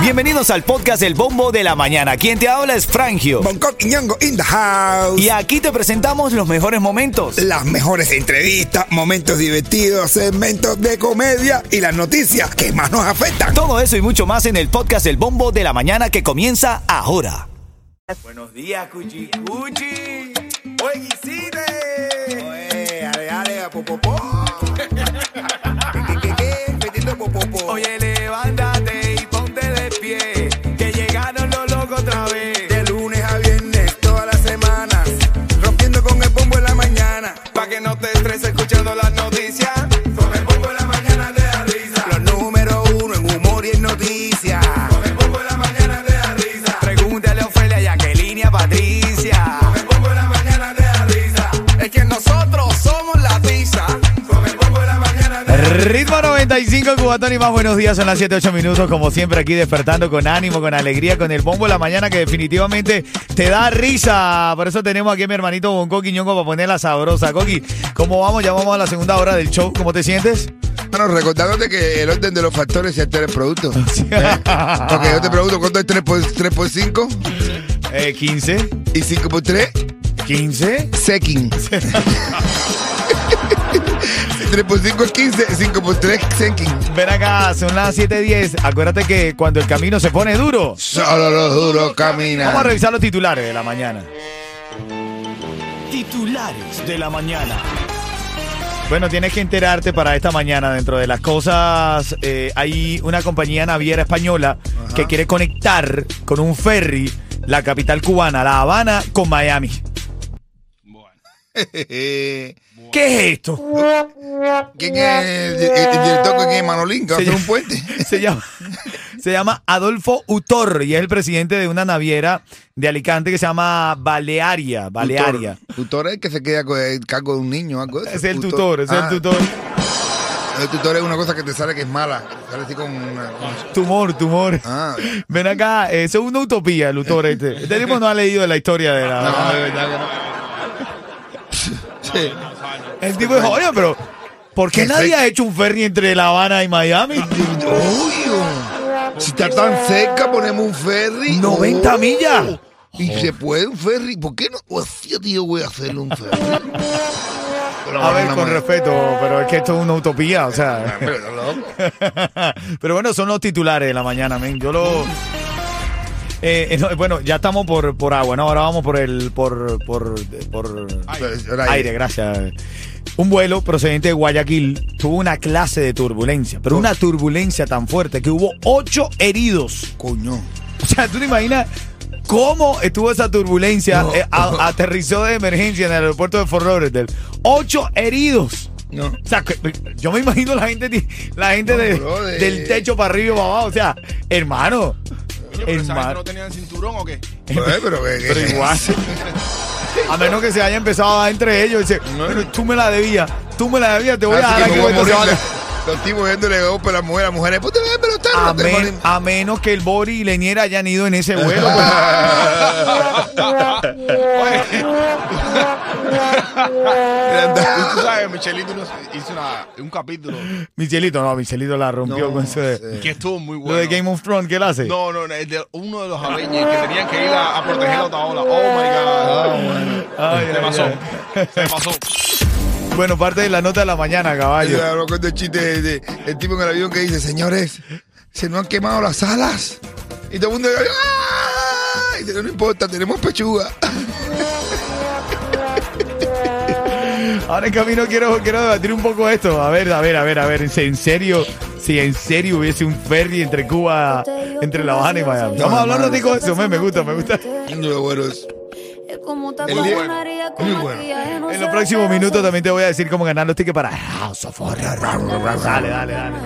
Bienvenidos al podcast El Bombo de la Mañana. Quien te habla es Frangio. Bangkok y Ñongo in the house. Y aquí te presentamos los mejores momentos. Las mejores entrevistas, momentos divertidos, segmentos de comedia y las noticias que más nos afectan. Todo eso y mucho más en el podcast El Bombo de la Mañana que comienza ahora. Buenos días, Cuchi Cuchi. Hoy hiciste. Oye, ale, ale, popopó. ¿Qué, qué, qué? Metiendo popopó. Oye, levántate y ponte de pie, que llegaron los locos otra vez. De lunes a viernes, todas las semanas. Rompiendo con el bombo en la mañana. Pa' que no te estreses escuchando las noticias. Con el bombo en la mañana te da risa. Los número uno en humor y en noticias. Con el bombo en la mañana te da risa. Pregúntale a Ofelia, Jacqueline y a Patricia. Con el bombo en la mañana te da risa. Es que nosotros somos la tiza. Con el bombo en la mañana te da risa. Ritmo 95, Cubatón y más buenos días, son las 7, 8 minutos, como siempre aquí despertando con ánimo, con alegría, con el bombo de la mañana que definitivamente te da risa. Por eso tenemos aquí a mi hermanito Bonco Quiñongo para ponerla sabrosa. Coqui, ¿cómo vamos? Ya vamos a la segunda hora del show, ¿cómo te sientes? Bueno, recordándote que el orden de los factores se altera el producto. Eh, Porque yo te pregunto, ¿cuánto es 3 por, 3 por 5? Eh, 15, ¿Y 5 por 3? 15. Sekin. 3 por 5 es 15, 5 por 3 Sekin. Ven acá, son las 7.10. Acuérdate que cuando el camino se pone duro, Solo los duros vamos a caminan. revisar los titulares de la mañana. Titulares de la mañana. Bueno, tienes que enterarte para esta mañana. Dentro de las cosas, eh, hay una compañía naviera española que quiere conectar con un ferry la capital cubana, La Habana, con Miami. ¿Quién ¿Qué es esto? es el, el- el director? ¿Quién es Manolín? ¿Que va a Se hacer llama- un puente? Se llama, se llama Adolfo Utor y es el presidente de una naviera de Alicante que se llama Balearia. Balearia. Tutor. Tutor es el que se queda con el cargo de un niño, algo de eso. Es el tutor, es el Ah, tutor. El tutor es una cosa que te sale que es mala. que te Sale así con una- Tumor, tumor. Ah, Ven acá, eh, eso es una utopía, el tutor este. Este tipo no ha leído la historia de la... no, de verdad que no. El tipo dijo, oye, pero ¿por qué Qué nadie fe- ha hecho un ferry entre La Habana y Miami? Obvio. Si está tan cerca, ponemos un ferry. 90 Oh. millas. Oh. Y se puede un ferry. ¿Por qué no? Oh, Hostia, tío, voy a hacerle un ferry. A ver, con respeto, pero es que esto es una utopía, o sea. Pero, está loco. Pero bueno, son los titulares de la mañana, men. Yo lo. Eh, eh, no, bueno, ya estamos por, por agua, ¿no? Ahora vamos por el. por. por. por Pero, aire. ahora, gracias. Un vuelo procedente de Guayaquil tuvo una clase de turbulencia, pero una turbulencia tan fuerte que hubo ocho heridos. Coño. O sea, tú te imaginas cómo estuvo esa turbulencia. No. Eh, a- aterrizó de emergencia en el aeropuerto de Fort Lauderdale. Ocho heridos. No. O sea, que- yo me imagino la gente, ti- la gente No, de- brother. del techo para arriba y para abajo. O sea, hermano. hermano. tenían cinturón o qué? Eh, pero, que- que- Pero igual. A menos que se haya empezado a dar entre ellos. Dice, bueno, tú me la debías. Tú me la debías. Te voy a Así dar que aquí me voy a cuando se morir. vaya". Los tipos viéndole golpe a las mujeres. Las mujeres, ponte bien, pero está. A, no te men- ponen- a menos que el Bori y Lenier hayan ido en ese vuelo. pues. Grandado. Tú sabes, Michelito nos hizo una- un capítulo Michelito, no, Michelito la rompió No, con eso de- sí. que estuvo muy bueno. Lo de Game of Thrones, ¿qué él hace? No, no, no, el de uno de los Avengers que tenían que ir a, a proteger la otaola. Oh my god. Ay, Se ay, pasó. ay. Se pasó. Bueno, parte de la nota de la mañana, Yo caballo. me acuerdo el chiste de- de- el tipo en el avión que dice, señores, se nos han quemado las alas. Y todo el mundo en el avión, "¡Ah!". Y dice, no importa, tenemos pechuga. Ahora en camino quiero, quiero debatir un poco esto. A ver, a ver, a ver, a ver. Si en serio, si en serio hubiese un ferry entre Cuba, entre La Habana y Miami. Vamos a hablar un ratico de eso, men, me gusta, me gusta. Lo bueno es- El día- día, muy muy bueno. bueno. En los próximos minutos también te voy a decir cómo ganar los tickets para House of Horror. Dale, dale, dale.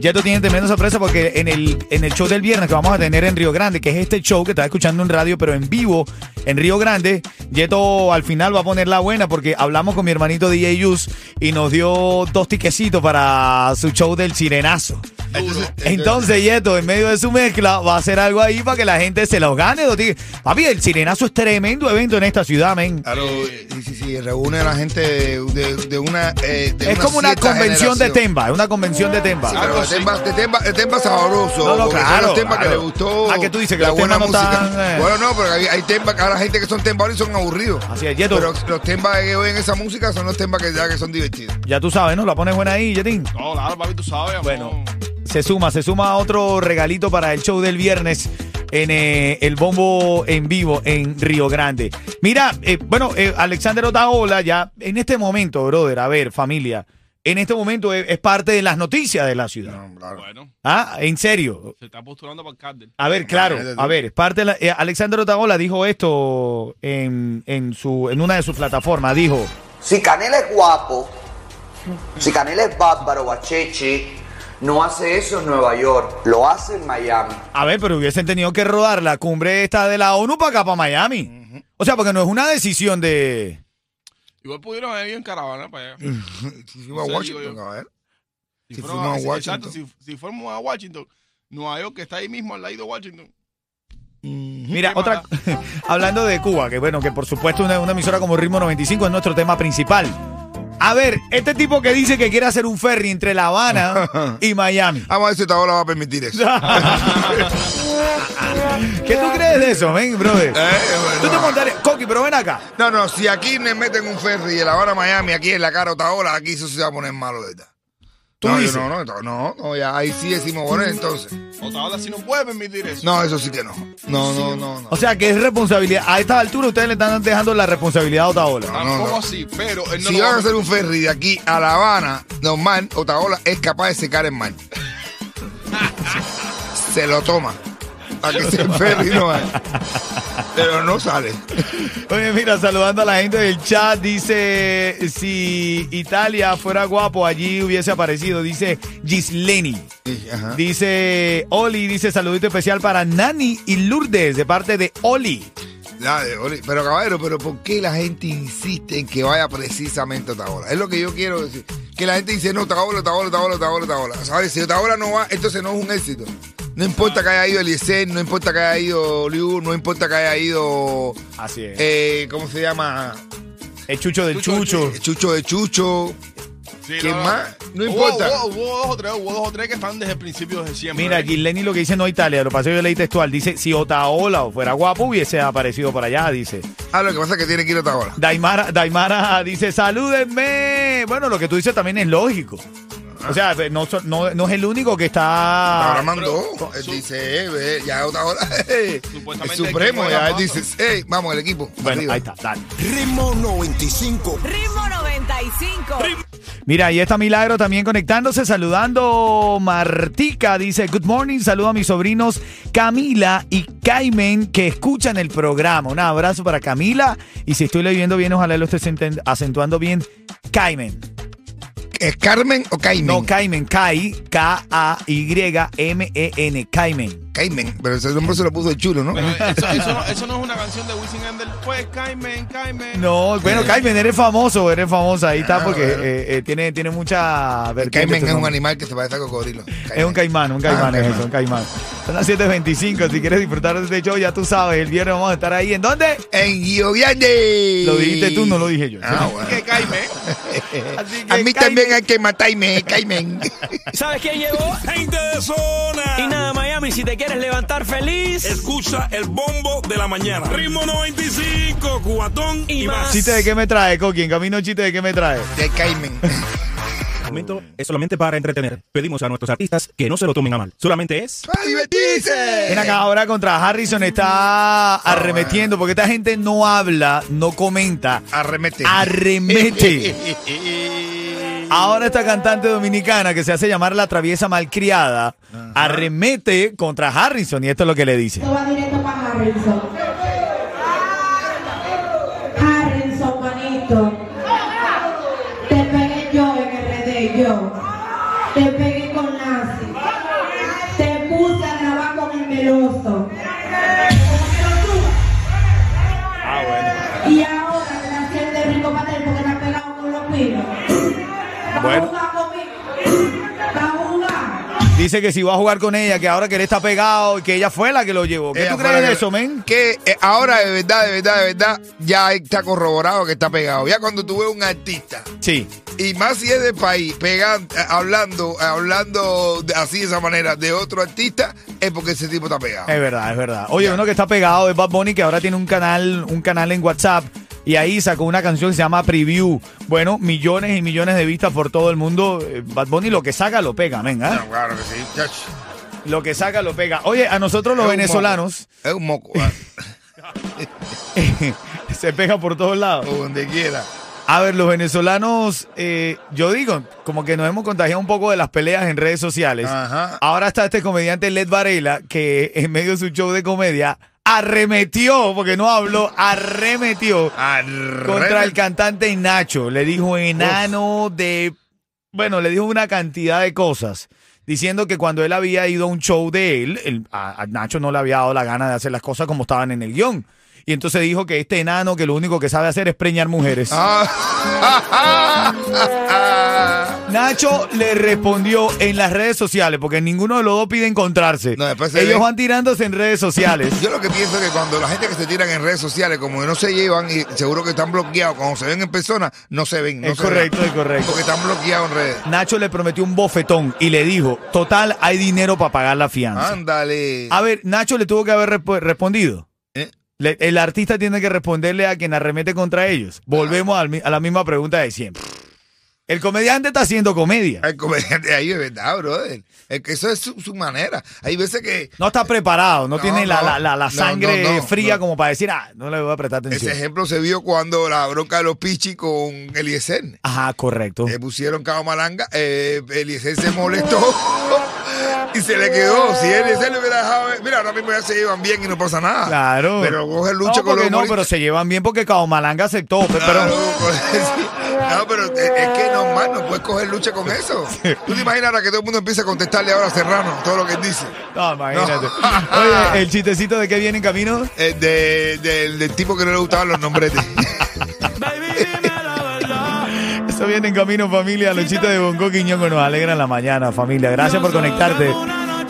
Ya tú tienes tremenda sorpresa porque en el, en el show del viernes que vamos a tener en Río Grande, que es este show que estás escuchando en radio, pero en vivo en Río Grande, Yeto al final va a poner la buena porque hablamos con mi hermanito DJ Yus y nos dio dos tiquecitos para su show del sirenazo. Entonces, Entonces, Yeto, en medio de su mezcla, va a hacer algo ahí para que la gente se los gane. Doti. Papi, el Sirenazo es tremendo evento en esta ciudad, men. Claro, sí, sí, sí, reúne a la gente de, de- de una. eh, de Es como una cierta convención de generación. Temba, es una convención de Temba. Sí, pero Algo de Temba, de Temba- de Temba sabroso. No, no, porque son claro, Los Temba que claro. le gustó. Ah, que tú dices que la los buena Temba no música. están, eh. Bueno, no, pero hay, hay Temba, ahora gente que son Temba ahora y son aburridos. Así es, Yeto. Pero los Temba que oyen esa música son los Temba que, ya que son divertidos. Ya tú sabes, ¿no? La pones buena ahí, Yetín. No, claro, papi, tú sabes. amor. Bueno. Se suma, se suma otro regalito para el show del viernes en eh, el bombo en vivo en Río Grande. Mira, eh, bueno, eh, Alexander Otaola ya en este momento, brother, a ver, familia, en este momento es, es parte de las noticias de la ciudad. No, claro. Bueno, Ah, en serio. se está postulando para el cárcel. A ver, claro, Imagínate tú. a ver, es parte de la- eh, Alexander Otaola dijo esto en, en su, en una de sus plataformas, dijo, Si Canela es guapo, si Canela es bárbaro, guachechi, no hace eso en Nueva York, lo hace en Miami. a ver, pero hubiesen tenido que rodar la cumbre esta de la ONU para acá, para Miami. O sea, porque no es una decisión de... Igual pudieron haber ido en caravana para allá. Si fuimos a Sí, Washington, digo yo. cabrón. Mm. Si fueron fuimos a si- Washington. Exacto, si, si fuéramos a Washington, Nueva York, que está ahí mismo al lado de Washington. Mira, ¿Qué otra, hablando de Cuba, que bueno, que por supuesto una, una emisora como Ritmo 95 es nuestro tema principal. A ver, este tipo que dice que quiere hacer un ferry entre La Habana y Miami. Vamos a ver si esta ola va a permitir eso. ¿Eh? ¿Qué tú crees de eso, ven, brother? Eh. Tú te bueno. montarías, Coqui, pero ven acá. No, no, si aquí me meten un ferry de La Habana a Miami, aquí en la cara ola, aquí eso se va a poner malo, ¿verdad? Tú no, yo dices. no, no, no, no, no, ya, ahí sí decimos, bueno, entonces. Otra ola si no puede permitir eso. No, eso sí que no. No, no, no, no. O sea, que es responsabilidad. A esta altura ustedes le están dejando la responsabilidad a Otaola. Tampoco no, no. así, pero él no Si lo va van a a hacer un ferry de aquí a La Habana, normal, Otaola es capaz de secar el mar. Se lo toma. Para que ese ferry no vaya. Pero no sale. Oye, mira, saludando a la gente del chat, dice, si Italia fuera guapo, allí hubiese aparecido, dice Gisleni. Sí, ajá. Dice Oli, dice saludito especial para Nani y Lourdes de parte de Oli. Ya, de- ole, Pero caballero, pero ¿por qué la gente insiste en que vaya precisamente a Otaola? Es lo que yo quiero decir. Que la gente dice, no, Otaola, Otaola, Otaola, Otaola, Otaola. ¿Sabes? Si Otaola no va, entonces no es un éxito. No importa que haya ido Eliezer, no importa que haya ido Liu, no importa que haya ido... Así es. eh, ¿Cómo se llama? el chucho del chucho. Chucho del Chucho de Chucho. Sí, ¿Quién más? No importa. Hubo, hubo- hubo dos o tres, hubo dos o tres que están desde el principio de siempre. Mira, Gisleni lo que dice no Italia, lo pasé yo leí textual. Dice, si Otaola fuera guapo, hubiese aparecido por allá, dice. Ah, lo que pasa es que tiene que ir a Otaola. Daimara, Daimara dice, salúdenme. Bueno, lo que tú dices también es lógico. O sea, no, so- no, no es el único que Ahora está... mandó. pero- Él su- dice, eh, ve, ya Otaola. eh, el Supuestamente el supremo. Ya equipo de él Amato. dice, hey, vamos, el equipo. Bueno, arriba. ahí está, dale. Ritmo 95. Ritmo 95. Mira, ahí está Milagro también conectándose, saludando Martica, dice, good morning, saludo a mis sobrinos Camila y Caimen que escuchan el programa. Un abrazo para Camila y si estoy leyendo bien, ojalá lo estés enten- acentuando bien, Caimen. ¿Es Carmen o Caimen? No, Caimen, Kai, K-A-Y-M-E-N, E Caimen. Caimen, pero ese nombre se lo puso el chulo, ¿no? Pero eso, eso no, eso no es una canción de Wisin Andel. Pues, Caimen, Caimen. No, bueno, Caimen, eres famoso, eres famoso, ahí está, Eh. Ah, porque bueno. eh, eh, tiene, tiene mucha... El vertiente Caimen este es un nombre. animal que se parece a cocodrilo. Es un caimán, un Ah, caimán un es caimán. eso, un caimán. Son las 7.25, si quieres disfrutar de este show, ya tú sabes, el viernes vamos a estar ahí. ¿En dónde? En Guío Grande. Lo dijiste tú, no lo dije yo. Ah, Así bueno. que Caimen. Así que A mí Caimen- también hay que matarme, Caimen. ¿Sabes quién llegó? Gente de zona. Y nada, Miami, si te quieres levantar feliz. Escucha el bombo de la mañana. Ritmo 95, cubatón y, Y más. más. ¿Chiste de qué me trae, Coqui? En camino, chiste de qué me trae. De Caimen. Este momento es solamente para entretener. Pedimos a nuestros artistas que no se lo tomen a mal. Solamente es ¡Para divertirse! Ven acá, ahora contra Harrison está Ah, arremetiendo, porque esta gente no habla, no comenta, Ah, Arremete. arremete. Ahora esta cantante dominicana que se hace llamar la traviesa malcriada, arremete contra Harrison y esto es lo que le dice. Esto va directo para Harrison. Harrison, manito. Te pegué yo en RD, yo. Te pegué con Nancy. Te puse a grabar con el meloso. Ah, Y ahora te la hacían de rico patel porque te has pegado con los pinos. Va a Bueno. jugar conmigo. Va a jugar. Dice que si va a jugar con ella, que ahora que él está pegado y que ella fue la que lo llevó. ¿Qué Ella tú fue la crees de que- eso, men? Que eh, ahora de verdad, de verdad, de verdad, ya está corroborado que está pegado. Ya cuando tú ves un artista, Sí. y más si es de país, pegan, eh, hablando, eh, hablando de- así de esa manera de otro artista, es porque ese tipo está pegado. Es verdad, es verdad. Oye, Ya. uno que está pegado es Bad Bunny, que ahora tiene un canal, un canal en WhatsApp. Y ahí sacó una canción que se llama Preview. Bueno, millones y millones de vistas por todo el mundo. Eh, Bad Bunny lo que saca lo pega, men, ¿ah? No, claro que sí, chacho. Lo que saca lo pega. Oye, a nosotros los Es un venezolanos moco. Es un moco. ah, se pega por todos lados. o donde quiera. A ver, los venezolanos, eh, yo digo, como que nos hemos contagiado un poco de las peleas en redes sociales. Ajá. Ahora está este comediante Led Varela, que en medio de su show de comedia arremetió, porque no habló, arremetió contra el cantante Nacho. Le dijo enano de... Bueno, le dijo una cantidad de cosas. Diciendo que cuando él había ido a un show de él, él- a, a Nacho no le había dado la gana de hacer las cosas como estaban en el guión. Y entonces dijo que este enano que lo único que sabe hacer es preñar mujeres. Ah. Nacho le respondió en las redes sociales, porque ninguno de los dos pide encontrarse. No, después se Ellos ve. van tirándose en redes sociales. Yo lo que pienso es que cuando la gente que se tiran en redes sociales, como que no se llevan y seguro que están bloqueados, cuando se ven en persona, no se ven. no es se ven. correcto, es correcto. Porque están bloqueados en redes. Nacho le prometió un bofetón y le dijo, total, hay dinero para pagar la Ah, fianza. Ándale. A ver, Nacho le tuvo que haber resp- respondido. ¿Eh? Le- el artista tiene que responderle a quien arremete contra ellos. Volvemos al mi- a la misma pregunta de siempre. El comediante está haciendo comedia. El comediante ahí es verdad, brother. Es que eso es su, su manera. Hay veces que No está preparado, no, No, tiene la, no. la- la- la No, sangre no, no, fría no. como para decir, ah, no le voy a prestar atención. ese ejemplo se vio cuando la bronca de los pichis con Eliezer. Ajá, correcto. Le Eh, pusieron cabo malanga, eh, Eliezer se molestó y se le quedó. Si Eliezer le hubiera dejado, ver- mira, ahora mismo ya se llevan bien y no pasa nada. Claro. Pero coge lucha no, con porque los no, humoristas. pero se llevan bien porque Caomalanga aceptó. pe- Claro, Pero pues, sí. no, pero es es que normal, no puedes coger lucha con eso. ¿Tú te imaginas ahora que todo el mundo empieza a contestarle ahora a Serrano todo lo que él dice? no, imagínate. No. Oye, el chistecito de que viene en camino. Eh, de- del- del tipo que no le gustaban los nombres. Baby, dime la verdad. Eso viene en camino, familia. Los chistes de Bonco Quiñón que nos alegran la mañana, familia. Gracias por conectarte.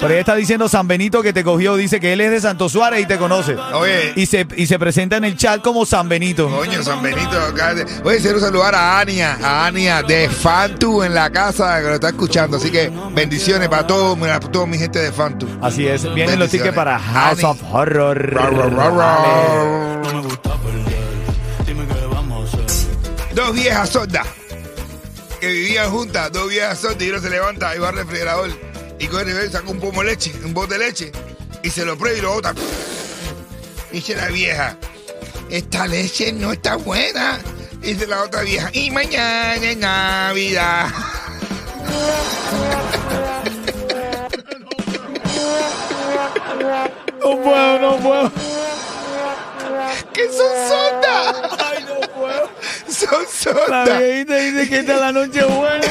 Por ahí está diciendo San Benito que te cogió. Dice que él es de Santo Suárez y te conoce. Oye. Y se, y se presenta en el chat como San Benito. Coño, San Benito. acá de- Oye, quiero saludar a Ania, a Ania de Fantu en la casa que lo está escuchando. Así que bendiciones para todos, mira, para toda mi gente de Fantu. Así es. Vienen los tickets para Bendiciones. House of Horror. Ra, ra, ra, Vale. ra. Dos viejas sordas que vivían juntas, dos viejas sordas y uno se levanta y va al refrigerador y coge y ve, saca un pomo de leche, un bote de leche y se lo prueba y lo bota. Y dice la vieja, esta leche no está buena. Y dice la otra vieja, y mañana es Navidad. No puedo, no puedo. ¡Que son sordas! Ay, no puedo. ¡Son La sordas! viejita dice que esta es la noche buena.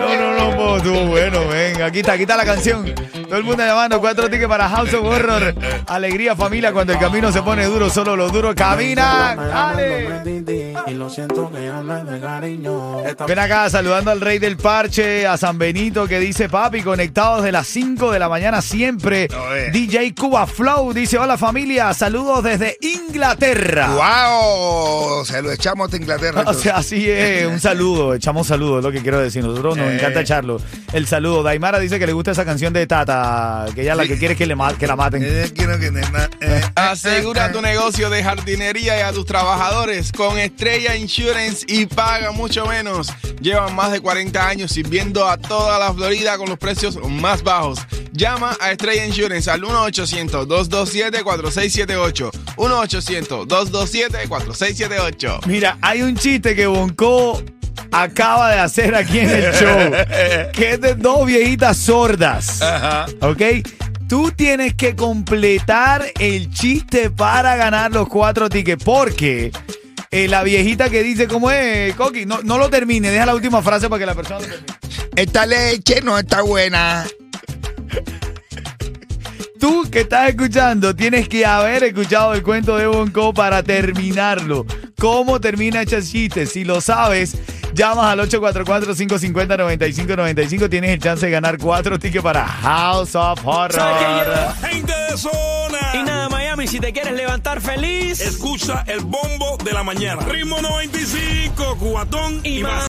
No, no, no, po, estuvo bueno, venga. Aquí está, aquí está la canción. Todo el mundo llamando, cuatro tickets para House of Horror. Alegría, familia, cuando el camino se pone duro, solo los duros caminan. ¡Dale! Y lo siento que habla de cariño. Ven acá, saludando al rey del parche, a San Benito, que dice, papi, conectados de las 5 de la mañana siempre. Oye. DJ Cuba Flow dice, hola familia, saludos desde Inglaterra. ¡Wow! Se lo echamos a Ah. Inglaterra. O entonces. sea, así es, un saludo, echamos saludos, es lo que quiero decir. Nosotros nos Eh. encanta echarlo. El saludo. Daimara dice que le gusta esa canción de Tata, que ella la Sí. que quiere es que, le ma- que la maten. Eh, quiero que nena, eh, Asegura tu negocio de jardinería y a tus trabajadores con Estrella Insurance y paga mucho menos. Llevan más de 40 años sirviendo a toda la Florida con los precios más bajos. Llama a Estrella Insurance al 1-800-227-4678. 1-800-227-4678. Mira, hay un chiste que Bonco acaba de hacer aquí en el show, que es de dos viejitas sordas. ¿Ok? Tú tienes que completar el chiste para ganar los cuatro tickets, porque... eh, la viejita que dice, ¿cómo es, Coqui? No, no lo termine, deja la última frase para que la persona lo termine. Esta leche no está buena. Tú que estás escuchando, tienes que haber escuchado el cuento de Bonco para terminarlo. ¿Cómo termina ese chiste? Si lo sabes, Llamas al 844-550-9595. Tienes el chance de ganar cuatro tickets para House of ¿Sabes quién Horror. llegó? Gente de zona. Y nada, Miami, si te quieres levantar feliz. Escucha el bombo de la mañana. Ritmo 95, cuatón y, Y más. más.